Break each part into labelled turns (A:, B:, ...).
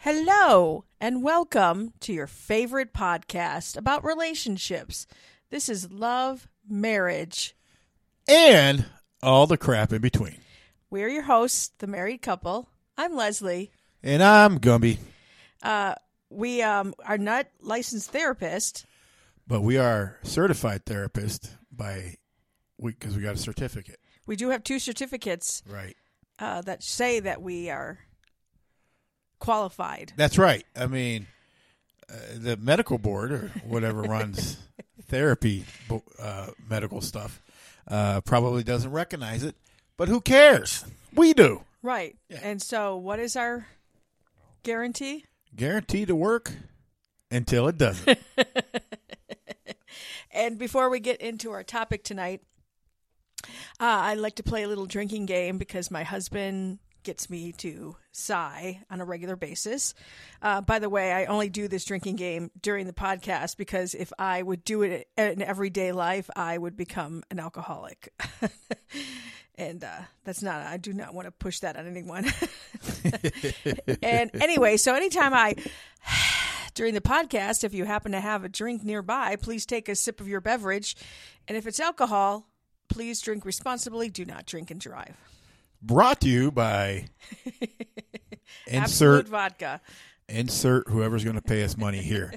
A: Hello, and welcome to your favorite podcast about relationships. This is Love Marriage.
B: and all the crap in between.
A: We're your hosts, the married couple. I'm Leslie.
B: And I'm Gumby,
A: Uh, we um, are not licensed therapists.
B: but we are certified therapists by because we, got a certificate,
A: We do have two certificates
B: right?
A: uh, that say that we are qualified.
B: That's right. I mean, uh, the medical board or whatever runs therapy bo- uh, medical stuff uh, probably doesn't recognize it, but who cares? We do.
A: Right. And so, what is our guarantee?
B: Guaranteed to work until it doesn't.
A: And before we get into our topic tonight, uh, I'd like to play a little drinking game because my husband gets me to sigh on a regular basis. Uh, by the way, I only do this drinking game during the podcast because if I would do it in everyday life, I would become an alcoholic. and uh, that's not, I do not want to push that on anyone. and anyway, so anytime I during the podcast, if you happen to have a drink nearby, please take a sip of your beverage. And if it's alcohol, please drink responsibly. Do not drink and drive.
B: Brought to you by
A: Absolute
B: insert
A: vodka.
B: insert whoever's going to pay us money here.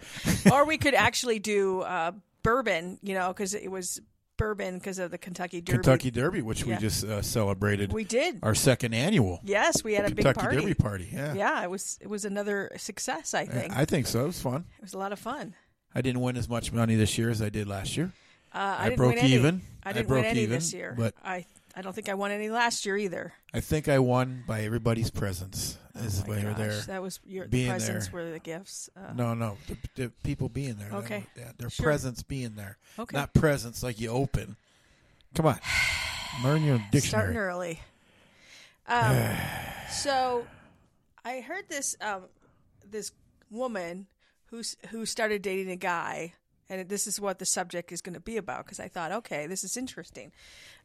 A: or we could actually do uh, bourbon, you know, because it was bourbon because of the Kentucky Derby.
B: Kentucky Derby, which we just uh, celebrated.
A: We did.
B: our second annual
A: Yes, we had a
B: Kentucky
A: big party.
B: Derby party. Yeah,
A: Yeah, it was it was another success. I think
B: I think so. It was fun.
A: it was a lot of fun.
B: I didn't win as much money this year as I did last year.
A: Uh, I, didn't
B: broke
A: win any.
B: even.
A: I
B: I
A: didn't
B: broke
A: win any
B: even,
A: this year.
B: but-
A: I I don't think I won any last year either.
B: I think I won by everybody's presence. As
A: Oh My
B: they were
A: gosh,
B: there.
A: That was your the
B: being
A: presents
B: there.
A: were the gifts. Uh,
B: no, no, the, the people being there. That
A: Okay.
B: was- yeah, their
A: Sure.
B: presence being there.
A: Okay.
B: Not presence like you open. Come on, learn your
A: starting
B: dictionary.
A: early. Um, so, I heard this um, this woman who who started dating a guy, and this is what the subject is going to be about. Because I thought, okay, this is interesting.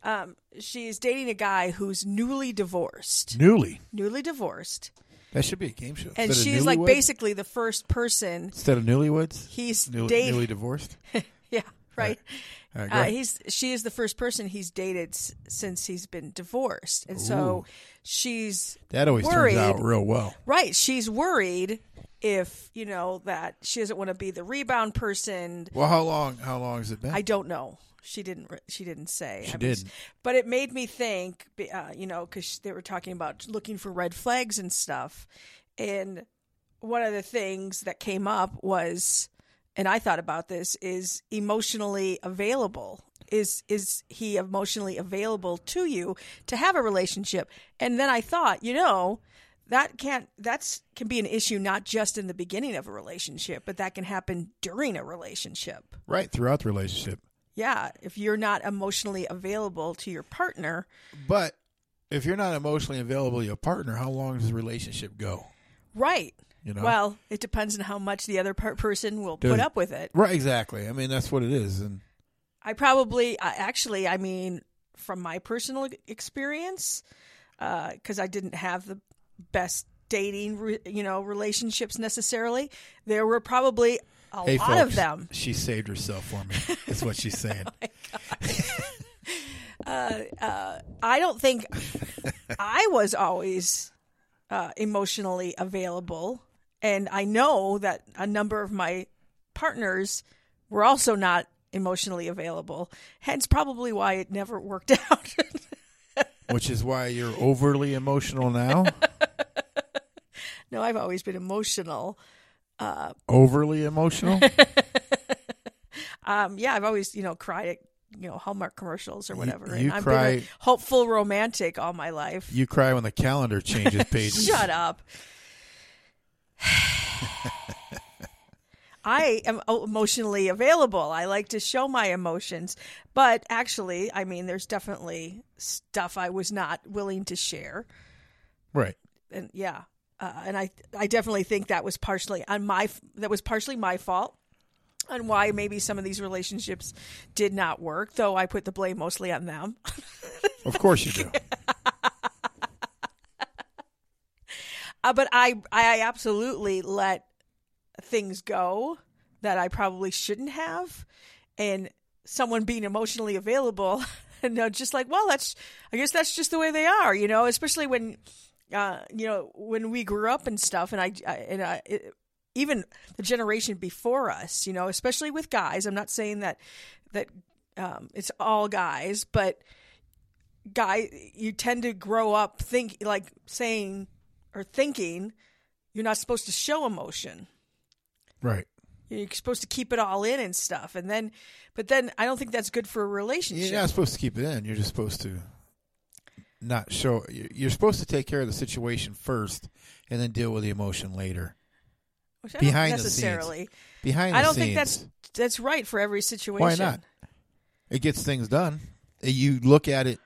A: Um, she's dating a guy who's newly divorced,
B: Newly.
A: newly divorced,
B: That should be a game show.
A: and
B: Instead of
A: she's like
B: newlyweds-
A: basically the first person
B: instead of newlyweds.
A: he's
B: Newly,
A: dating.
B: newly divorced.
A: yeah, right.
B: All right, go
A: Uh,
B: ahead.
A: he's she is the first person he's dated s- since he's been divorced, and so she's
B: that always
A: worried.
B: turns out real well.
A: right. She's worried if you know that she doesn't want to be the rebound person.
B: Well, how long? How long has it been?
A: I don't know. She didn't. re- She didn't say.
B: She
A: I mean,
B: didn't.
A: But it made me think. be- Uh, you know, because they were talking about looking for red flags and stuff, and one of the things that came up was, and I thought about this is emotionally available. Is is he emotionally available to you to have a relationship? And then I thought, you know. That can't. That's can be an issue not just in the beginning of a relationship, but that can happen during a relationship.
B: Right throughout the relationship.
A: Yeah, if you're not emotionally available to your partner,
B: But if you're not emotionally available to your partner, how long does the relationship go?
A: right?
B: You know?
A: Well, it depends on how much the other per- person will
B: Does-
A: put up with it.
B: Right, exactly. I mean, that's what it is. And
A: I probably, I actually, I mean, from my personal e-, experience, because I didn't have the best dating, re- you know, relationships necessarily. There were probably a
B: hey,
A: lot
B: folks,
A: of them.
B: she saved herself for me. That's what she's saying.
A: uh, I don't think I was always uh, emotionally available, and I know that a number of my partners were also not emotionally available. Hence, probably why it never worked out.
B: Which is why you're overly emotional now.
A: no, I've always been emotional.
B: overly emotional.
A: Um, yeah, I've always you know cried at you know Hallmark commercials or whatever.
B: you
A: and I've been
B: cry-
A: a hopeful romantic all my life.
B: You cry when the calendar changes pages.
A: Shut up. I am o- emotionally available. I like to show my emotions, but actually, I mean, there's definitely stuff I was not willing to share,
B: Right.
A: and yeah, uh, and I, I definitely think that was partially on my, f- that was partially my fault, and why maybe some of these relationships did not work. Though I put the blame mostly on them.
B: Of course you do.
A: Uh, but I, I absolutely let things go that I probably shouldn't have, and someone being emotionally available, and they're just like, well, that's, I guess that's just the way they are, you know. Especially when, uh, you know, when we grew up and stuff, and I, I and I. It, even the generation before us, you know, especially with guys. I'm not saying that that um, it's all guys, but guy you tend to grow up think like saying or thinking you're not supposed to show emotion
B: Right.
A: you're supposed to keep it all in and stuff and then but then i don't think that's good for a relationship
B: You're not supposed to keep it in. You're just supposed to not show. You're supposed to take care of the situation first, and then deal with the emotion later.
A: Which I don't
B: Behind the scenes.
A: necessarily
B: Behind,
A: i
B: the
A: don't
B: scenes,
A: think that's that's right for every situation
B: why not. It gets things done. Uh, You look at it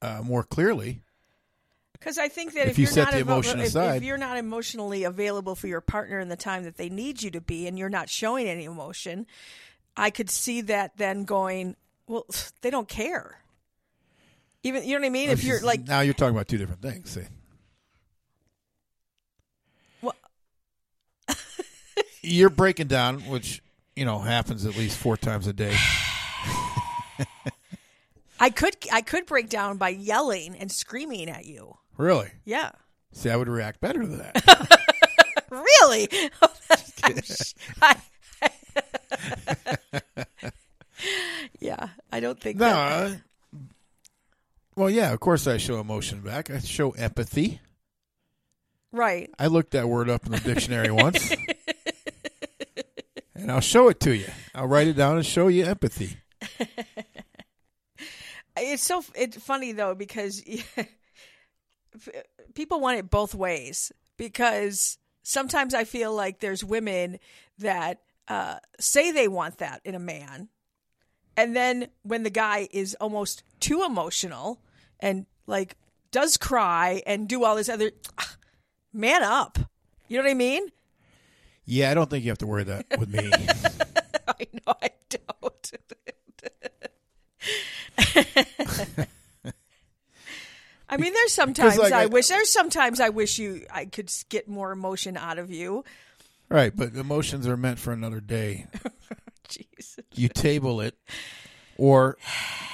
B: uh, more clearly.
A: Because I think that if,
B: If you
A: are
B: set
A: not
B: the
A: emo-
B: emotion
A: if, if
B: aside.
A: you're not emotionally available for your partner in the time that they need you to be, and you're not showing any emotion, I could see that then going, well, they don't care. Even you know what I mean?
B: Oh,
A: If you're like,
B: now, you're talking about two different things. See.
A: well,
B: you're breaking down, which you know happens at least four times a day.
A: I could I could break down by yelling and screaming at you.
B: Really?
A: Yeah,
B: See, I would react better to that.
A: really. Oh, I- yeah, I don't think.
B: no.
A: that-
B: I- well, yeah, of course I show emotion back. I show empathy.
A: right.
B: I looked that word up in the dictionary once, and I'll show it to you. I'll write it down and show you empathy.
A: it's so it's funny though because people want it both ways because sometimes i feel like there's women that uh, say they want that in a man and then when the guy is almost too emotional and like does cry and do all this other man up you know what i mean
B: Yeah, I don't think you have to worry that with me.
A: i know i don't I mean, there's sometimes
B: like,
A: I,
B: I-
A: wish there's sometimes I wish you I could s- get more emotion out of you.
B: right, but emotions are meant for another day.
A: Jeez.
B: You table it, or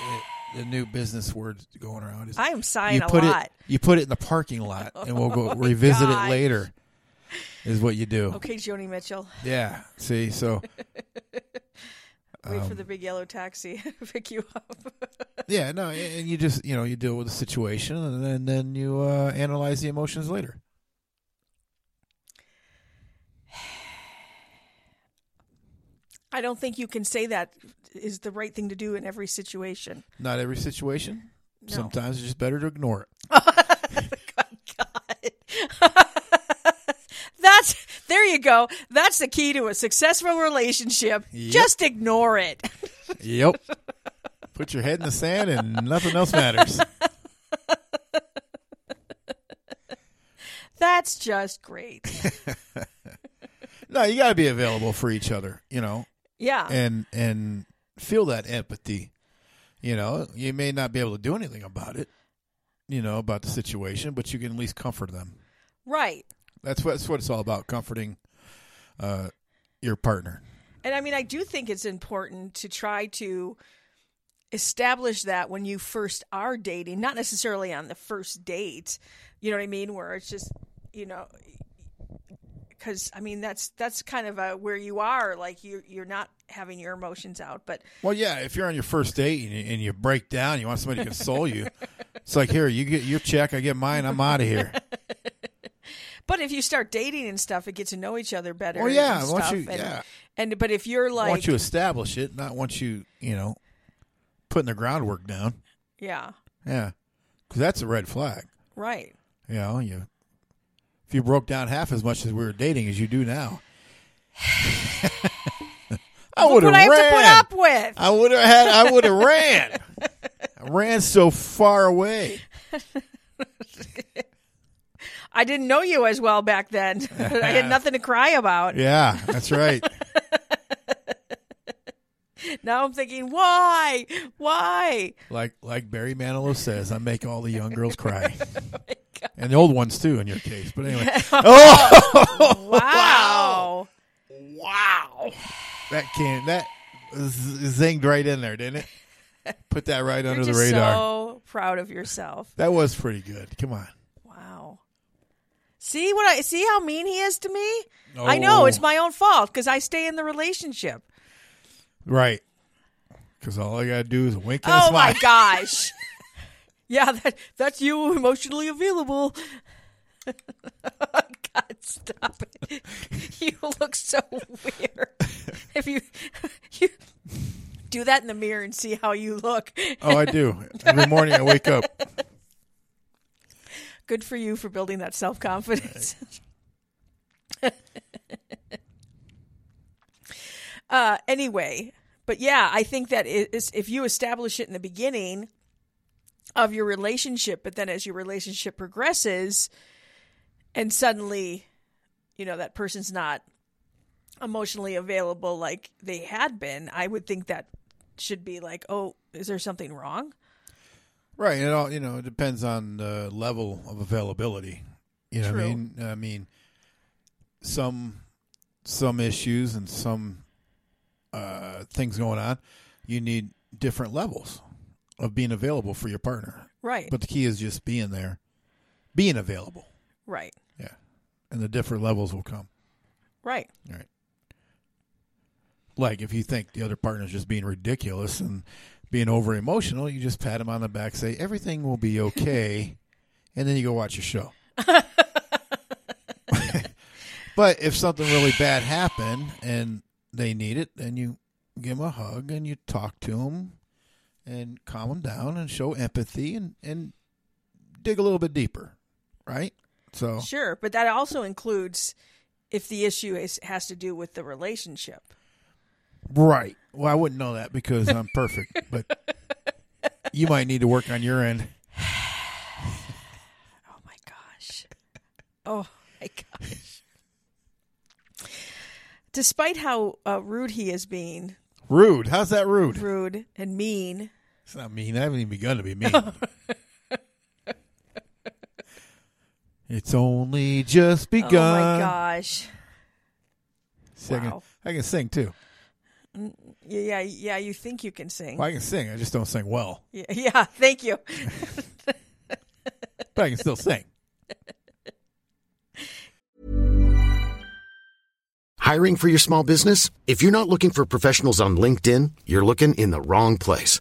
B: eh, the new business word going around is
A: I am sighing
B: you
A: a
B: put
A: lot. Oh
B: it you put it in the parking lot and we'll go revisit
A: gosh.
B: it later is what you do
A: Okay, Joni Mitchell,
B: yeah see so
A: wait
B: Um,
A: for the big yellow taxi to pick you up.
B: yeah no and you just you know you deal with the situation and then, then you uh, analyze the emotions later
A: I don't think you can say that is the right thing to do in every situation.
B: not every situation
A: No.
B: sometimes it's just better to ignore it
A: That's there you go. That's the key to a successful relationship.
B: Yep.
A: Just ignore it.
B: yep put your head in the sand and nothing else matters
A: That's just great.
B: no you got to be available for each other you know
A: Yeah.
B: and and feel that empathy. You know, you may not be able to do anything about it, you know, about the situation, but you can at least comfort them.
A: right.
B: That's what that's what it's all about, comforting uh your partner.
A: And I mean, I do think it's important to try to establish that when you first are dating, not necessarily on the first date. You know what I mean? Where it's just, you know, because I mean that's that's kind of a where you are. Like you you're not having your emotions out, but
B: Well, yeah, if you're on your first date and you, and you break down, you want somebody to console you. It's like, here, you get your check, I get mine, I'm out of here.
A: but if you start dating and stuff, and get to know each other better.
B: Oh, yeah,
A: and
B: once
A: stuff,
B: you-
A: and,
B: yeah.
A: And but if you're like
B: once you establish it, not once you, you know, putting the groundwork down.
A: Yeah.
B: Yeah, because that's a red flag.
A: Right.
B: You know, you if you broke down half as much as we were dating as you do now, I
A: Look
B: would
A: what
B: have
A: I
B: ran.
A: have to put up with.
B: I would have had. I would have ran. I ran so far away.
A: I didn't know you as well back then. I had nothing to cry about.
B: Yeah, that's right.
A: Now I'm thinking, why? Why?
B: like like Barry Manilow says, I make all the young girls cry,
A: Oh
B: and the old ones too. In your case, but anyway,
A: Wow.
B: wow, that can that z- zinged right in there, didn't it? Put that right under
A: You're
B: the
A: just
B: radar.
A: so proud of yourself.
B: That was pretty good. Come on.
A: Wow. See what I see how mean he is to me? I know
B: Oh.
A: it's my own fault because I stay in the relationship.
B: Right. Because all I got to do is wink and a
A: Oh
B: smile.
A: my gosh. yeah, that that's you emotionally available. God, stop it. You look so weird. If you you do that in the mirror and see how you look.
B: Oh, I do. Every morning I wake up.
A: Good for you for building that self confidence. uh, anyway, but yeah, I think that i- is if you establish it in the beginning of your relationship, but then as your relationship progresses, and suddenly, you know, that person's not emotionally available like they had been, I would think that should be like, oh, is there something wrong?
B: Right. It all you know it depends on the level of availability. You know, what I
A: True.
B: mean, I mean, some some issues and some uh, things going on. You need different levels of being available for your partner.
A: Right.
B: But the key is just being there, being available.
A: right.
B: Yeah, and the different levels will come.
A: Right.
B: Right. Like if you think the other partner's just being ridiculous and being over emotional, you just pat him on the back, say everything will be okay, and then you go watch your show. but if something really bad happened and they need it, then you give them a hug and you talk to them and calm them down and show empathy and and dig a little bit deeper, right? So
A: Sure, but that also includes if the issue is, has to do with the relationship.
B: Right. Well, I wouldn't know that because I'm perfect, but you might need to work on your end.
A: Oh my gosh. Oh my gosh. Despite how uh, rude he is being,
B: Rude. How's that rude?
A: rude and mean,
B: It's not mean. I haven't even begun to be mean.
A: Oh.
B: it's only just begun.
A: oh my gosh.
B: See, I, can,
A: Wow.
B: I can sing too.
A: Yeah, yeah, yeah, you think you can sing.
B: Well, I can sing. I just don't sing well,
A: Yeah, yeah, thank you.
B: but I can still sing.
C: Hiring for your small business? If you're not looking for professionals on LinkedIn, you're looking in the wrong place.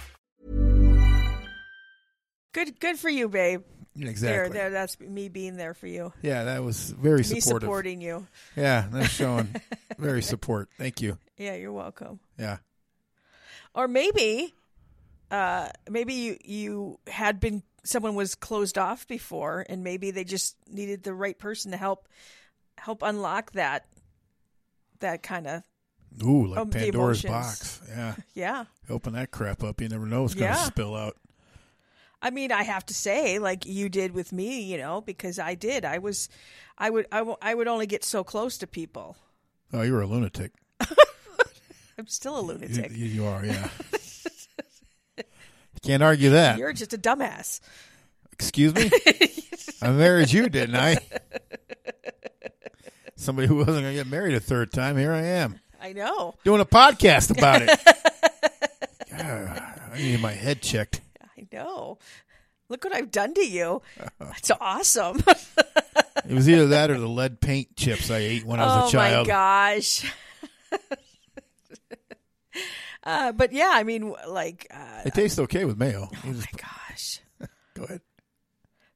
A: Good good for you, babe.
B: Exactly.
A: There, there that's me being there for you.
B: Yeah, that was very
A: Me
B: supportive.
A: supporting you.
B: Yeah, that's showing very support. Thank you.
A: Yeah, you're welcome.
B: Yeah.
A: or maybe uh maybe you you had been someone was closed off before and maybe they just needed the right person to help help unlock that that kind of
B: Ooh, like
A: Um, the
B: Pandora's
A: emotions.
B: box. Yeah.
A: yeah
B: Open that crap up. You never know what's going to
A: Yeah.
B: spill out.
A: I mean, I have to say, like you did with me, you know, because I did. I was, I would, I, w- I would only get so close to people.
B: Oh, you were a lunatic.
A: I'm still a
B: You,
A: lunatic.
B: you- you are, yeah. Can't argue that.
A: You're just a dumbass.
B: Excuse me? I married you, didn't I? Somebody who wasn't going to get married a third time. Here I am
A: I know.
B: doing a podcast about it. God, I need my head checked.
A: I know. Look what I've done to you. That's awesome.
B: It was either that or the lead paint chips I ate when I was
A: oh
B: a child.
A: my gosh. uh, but yeah, I mean, like, uh,
B: It tastes okay with mayo.
A: Oh
B: You just-
A: gosh.
B: go ahead.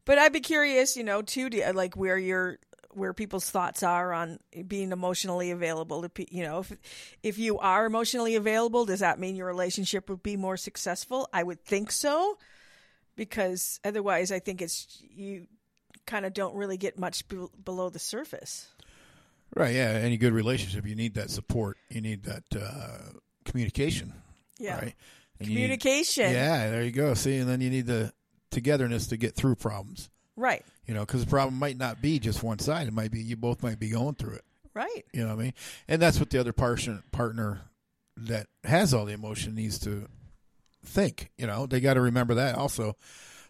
A: But I'd be curious, you know, too, to, like where your where people's thoughts are on being emotionally available to pe- you know if if you are emotionally available does that mean your relationship would be more successful i would think so because otherwise i think it's you kind of don't really get much be- below the surface
B: Right, yeah. Any good relationship, you need that support. You need that uh, communication.
A: yeah
B: Right? And you need-
A: communication
B: yeah, there you go. See, and then you need the togetherness to get through problems.
A: right
B: You know, because the problem might not be just one side. It might be you both might be going through it.
A: right
B: You know what I mean? And that's what the other partner partner that has all the emotion needs to think. You know, they got to remember that also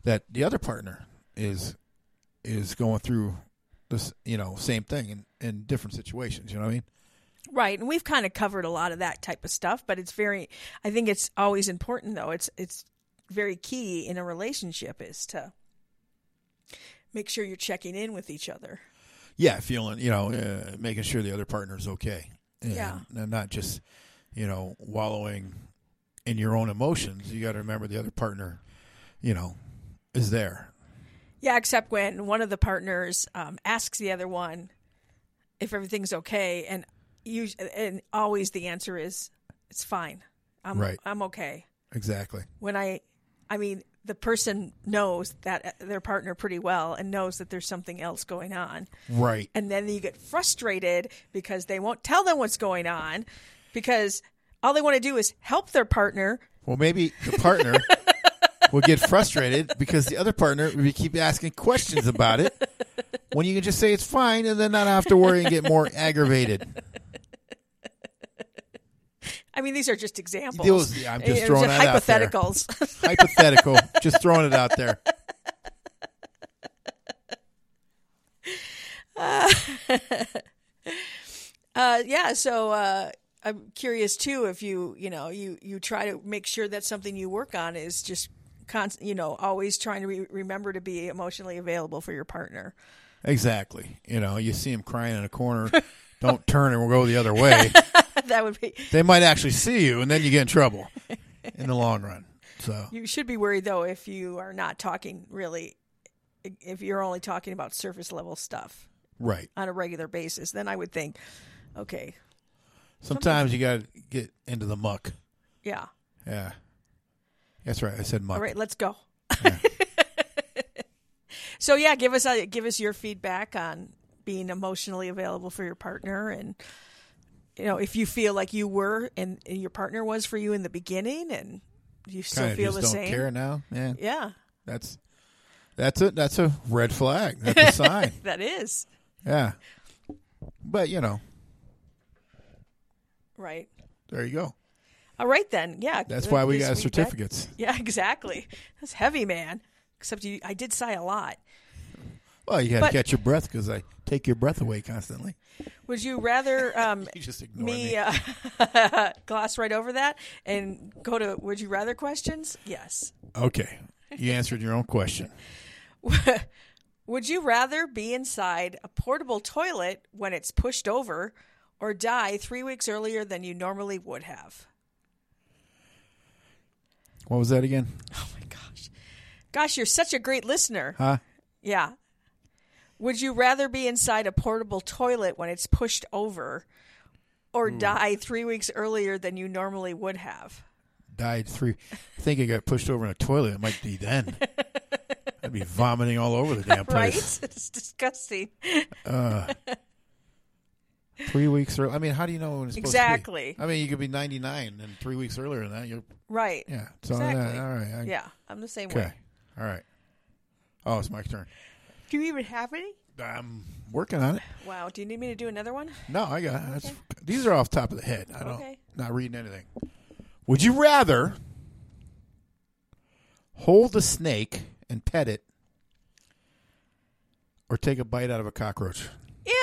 B: that the other partner is is going through this. You know, same thing in in different situations. You know what I mean?
A: Right, and we've kind of covered a lot of that type of stuff, but it's very I think it's always important though. It's it's very key in a relationship is to make sure you're checking in with each other.
B: yeah, feeling you know, uh, making sure the other partner's okay, and,
A: Yeah.
B: and not just you know wallowing in your own emotions. You got to remember the other partner, you know, is there.
A: Yeah, except when one of the partners um, asks the other one if everything's okay and you and always the answer is it's fine. I'm
B: Right.
A: I'm okay.
B: Exactly.
A: When I I mean the person knows that uh, their partner pretty well and knows that there's something else going on.
B: Right.
A: and then you get frustrated because they won't tell them what's going on because all they want to do is help their partner
B: Well, maybe the partner will get frustrated because the other partner will keep asking questions about it when you can just say it's fine and then not have to worry and get more aggravated.
A: i mean these are just examples
B: Those- yeah, I'm just
A: These
B: throwing
A: are
B: that out there.
A: hypotheticals
B: Hypothetical, just throwing it out there.
A: uh, yeah so uh, i'm curious too if you you know you you try to make sure that something you work on is just const- you know always trying to re- remember to be emotionally available for your partner
B: Exactly. You know, you see him crying in a corner. Don't turn and we'll go the other way.
A: that would be
B: they might actually see you, and then you get in trouble in the long run. So
A: You should be worried though if you are not talking really, if you're only talking about surface level stuff
B: right,
A: on a regular basis, then I would think, okay,
B: sometimes you got to get into the muck.
A: yeah,
B: Yeah, that's right. I said muck.
A: all right, let's go. so yeah, give us a, give us your feedback on being emotionally available for your partner and you know if you feel like you were and, and your partner was for you in the beginning and you still
B: Kinda
A: feel
B: just
A: the
B: don't
A: same
B: care now. Yeah,
A: yeah
B: that's that's a that's a red flag. That's a sign.
A: that is
B: Yeah, but you know,
A: right
B: there you go.
A: all right then yeah
B: That's why we
A: give
B: got
A: us feedback.
B: certificates.
A: Yeah, exactly. That's heavy, man. Except you, I did sigh a lot.
B: Well, you got to
A: But-
B: catch your breath because I take your breath away constantly.
A: Would you rather um,
B: You just ignore me.
A: me uh, gloss right over that and go to would you rather questions? Yes.
B: Okay, you answered your own question.
A: Would you rather be inside a portable toilet when it's pushed over or die three weeks earlier than you normally would have?
B: What was that again?
A: Oh my gosh. Gosh, you're such a great listener.
B: Huh?
A: Yeah. Would you rather be inside a portable toilet when it's pushed over or
B: Hmm.
A: die three weeks earlier than you normally would have?
B: died three. I think I got pushed over in a toilet. It might be then. I'd be vomiting all over the damn
A: Right?
B: place.
A: It's disgusting.
B: Three weeks early. I mean, how do you know when it's supposed to be?
A: Exactly.
B: I mean, you could be 99 and three weeks earlier than that. You're
A: Right.
B: yeah. So
A: Exactly.
B: uh, all right. I-
A: Yeah. I'm the same
B: Okay.
A: way.
B: All right. Oh, it's my turn.
A: Do you even have any?
B: I'm working on it.
A: Wow. Do you need me to do another one?
B: No, I got that's, these are off the top of the head. I don't
A: Okay.
B: not reading anything. Would you rather hold a snake and pet it, or take a bite out of a cockroach?
A: Ew.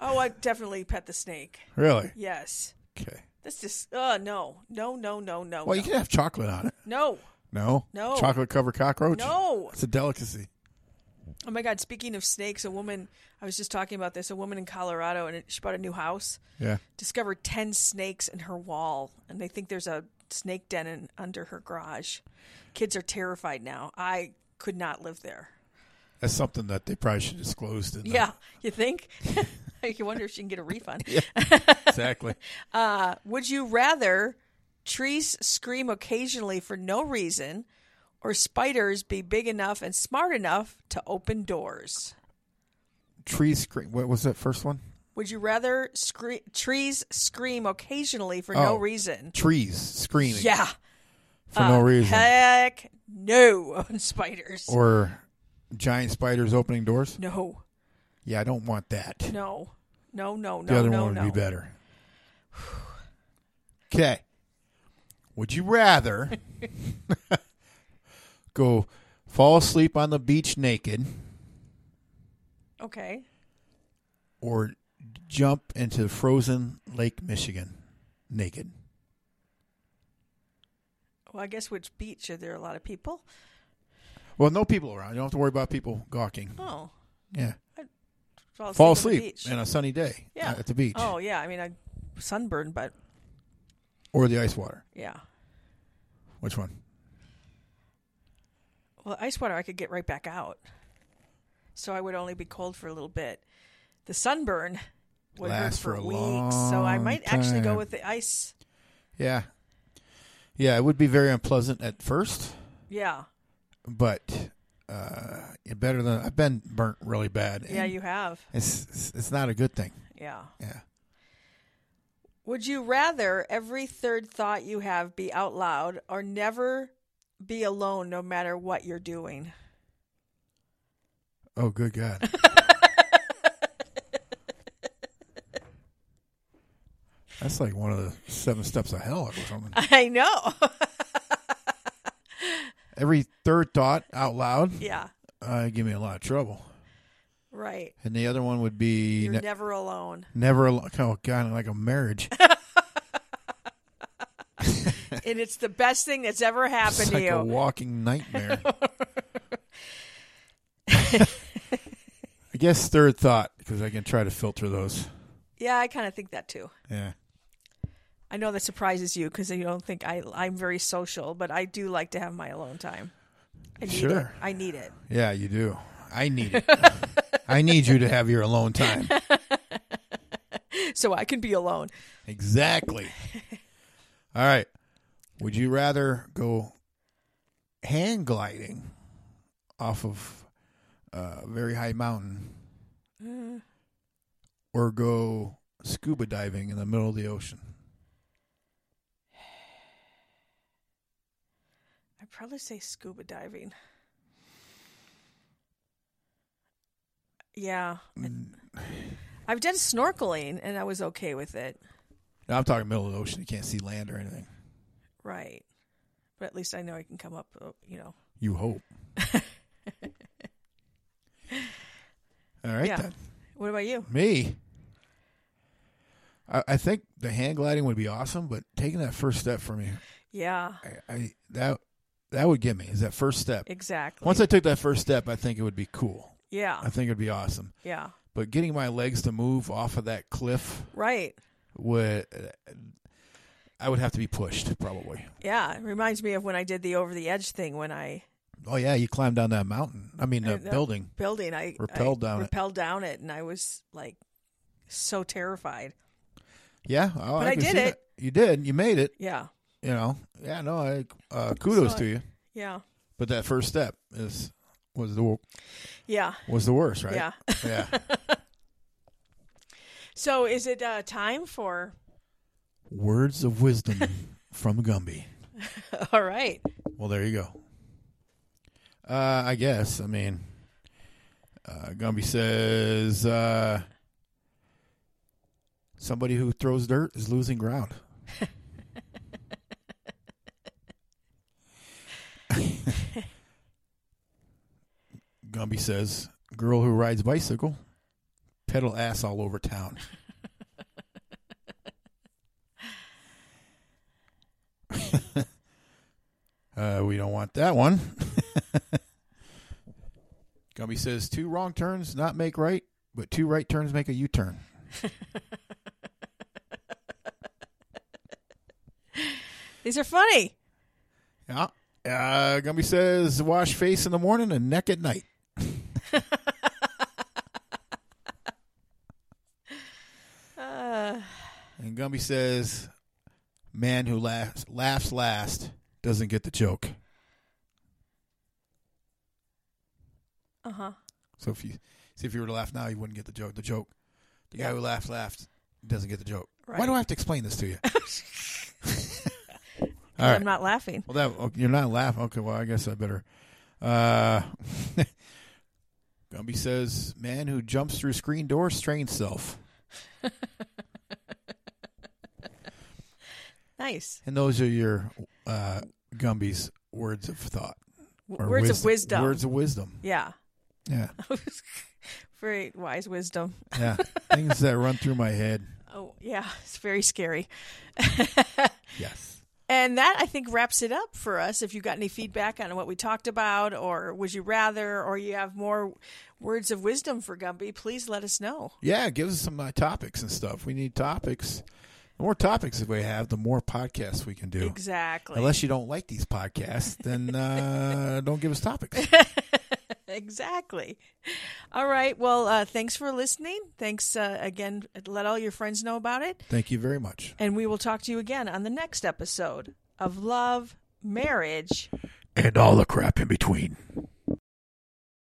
A: Oh, I definitely pet the snake.
B: Really?
A: Yes.
B: Okay.
A: That's just. Uh, no. No. No. No. No.
B: Well, you
A: no.
B: can have chocolate on it.
A: no.
B: No.
A: No.
B: Chocolate covered cockroach.
A: No.
B: It's a delicacy.
A: Oh my God! Speaking of snakes, a woman. I was just talking about this. A woman in Colorado, and it- she bought a new house.
B: Yeah.
A: discovered 10 snakes in her wall and they think there's a snake den in, under her garage kids are terrified now i could not live there
B: That's something that they probably should disclose to. them.
A: yeah you think you wonder if she can get a refund
B: Exactly.
A: uh, would you rather trees scream occasionally for no reason or spiders be big enough and smart enough to open doors
B: Tree scream. What was that first one?
A: would you rather scre- trees scream occasionally for no
B: Oh.
A: reason
B: Trees screaming
A: yeah
B: for
A: Uh,
B: no reason.
A: Heck no on spiders.
B: or giant spiders opening doors.
A: no,
B: Yeah, I don't want that.
A: no, no, no, no,
B: the other
A: no,
B: one would
A: no.
B: be better. Okay. Would you rather go fall asleep on the beach naked
A: Okay.
B: or jump into frozen Lake Michigan naked?
A: Well, I guess which beach are there a lot of people?
B: Well, no people around. You don't have to worry about people gawking.
A: Oh,
B: Yeah.
A: fall asleep.
B: Fall
A: on the
B: asleep
A: beach.
B: on a sunny day uh,
A: yeah.
B: at the beach
A: Oh yeah, I mean I sunburned, but
B: or the ice water.
A: yeah.
B: Which one?
A: Well, ice water I could get right back out, so I would only be cold for a little bit. The sunburn would
B: Lasts
A: hurt for,
B: for a
A: weeks, so I
B: long
A: might actually go
B: time.
A: with the ice.
B: Yeah. Yeah, it would be very unpleasant at first.
A: Yeah,
B: but uh, you're better than I've been burnt really bad.
A: yeah,
B: and
A: you have.
B: It's it's- it's not a good thing.
A: Yeah.
B: Yeah.
A: Would you rather every third thought you have be out loud or never be alone no matter what you're doing?
B: Oh, good God. That's like one of the seven steps of hell or something.
A: I know.
B: Every third thought out loud,
A: yeah,
B: uh, give me a lot of trouble.
A: right.
B: And the other one would be
A: You're
B: ne-
A: never alone.
B: never. al- Oh God, like a marriage.
A: and it's the best thing that's ever happened
B: It's
A: to
B: like
A: you.
B: a walking nightmare. I guess third thought because I can try to filter those.
A: yeah, I kind of think that too.
B: Yeah.
A: I know that surprises you because you don't think I, I'm very social, but I do like to have my alone time. I need it.
B: Sure.
A: I need it.
B: Yeah, you do. I need it. I need you to have your alone time.
A: So I can be alone.
B: Exactly. All right. Would you rather go hand gliding off of a very high mountain
A: Uh.
B: or go scuba diving in the middle of the ocean?
A: I'd probably say scuba diving. Yeah. I- I've done snorkeling and I was okay with it.
B: Now, I'm talking middle of the ocean. You can't see land or anything.
A: Right. But at least I know I can come up, uh, you know.
B: You hope. All right,
A: Yeah.
B: then.
A: What about you?
B: Me. I, I think the hand gliding would be awesome, but taking that first step for me,
A: Yeah,
B: I, I that that would get me is that first step.
A: exactly.
B: Once I took that first step, I think it would be cool. I
A: yeah.
B: think it'd be awesome.
A: Yeah.
B: But getting my legs to move off of that cliff
A: Right.
B: would I would have to be pushed probably.
A: Yeah. It reminds me of when I did the over the edge thing when I
B: Oh yeah, you climbed down that mountain. I mean, that
A: uh,
B: building.
A: building I
B: Rappelled
A: I
B: down it.
A: rappelled down it and I was like so terrified.
B: Yeah, oh,
A: But I
B: can
A: did
B: see
A: it.
B: That. You did. You made it.
A: Yeah.
B: You know. Yeah. No. I uh, kudos
A: So I-
B: to you.
A: Yeah.
B: But that first step is was the
A: Yeah.
B: was the worst, right?
A: Yeah.
B: Yeah.
A: So is it uh, time for
B: Words of wisdom from Gumby.
A: All right.
B: Well, there you go. Uh, I guess. I mean, uh, Gumby says uh, somebody who throws dirt is losing ground. Gumby says, "Girl who rides bicycle, pedal ass all over town." Uh, we don't want that one. Gumby says two wrong turns not make right, but two right turns make a U turn.
A: These are funny.
B: Yeah. Uh, Gumby says wash face in the morning and neck at night.
A: Uh,
B: and Gumby says, "Man who laughs laughs last doesn't get the joke."
A: Uh huh.
B: So if you see if you were to laugh now, you wouldn't get the joke. The joke, the guy who laughs laughed doesn't get the joke. Why
A: Right.
B: do I have to explain this to you? All
A: I'm not laughing.
B: Well, that okay, you're not laughing. Okay, well, I guess I better. Uh, Gumby says, "Man who jumps through screen door strains self."
A: Nice.
B: And those are your uh, Gumby's words of thought,
A: W-
B: or
A: words
B: wis-
A: of wisdom.
B: Words of wisdom.
A: yeah.
B: Yeah,
A: Very wise wisdom.
B: yeah. Things that run through my head.
A: Oh, yeah. It's very scary.
B: Yes.
A: And that I think wraps it up for us. If you got any feedback on what we talked about, or would you rather, or you have more words of wisdom for Gumby, please let us know.
B: Yeah, give us some uh, topics and stuff. We need topics. The more topics that we have, the more podcasts we can do.
A: Exactly.
B: Unless you don't like these podcasts, then uh, don't give us topics.
A: exactly. All right. Well, uh, thanks for listening. Thanks uh, again. Let all your friends know about it.
B: Thank you very much.
A: And we will talk to you again on the next episode of Love, Marriage,
B: and all the crap in between.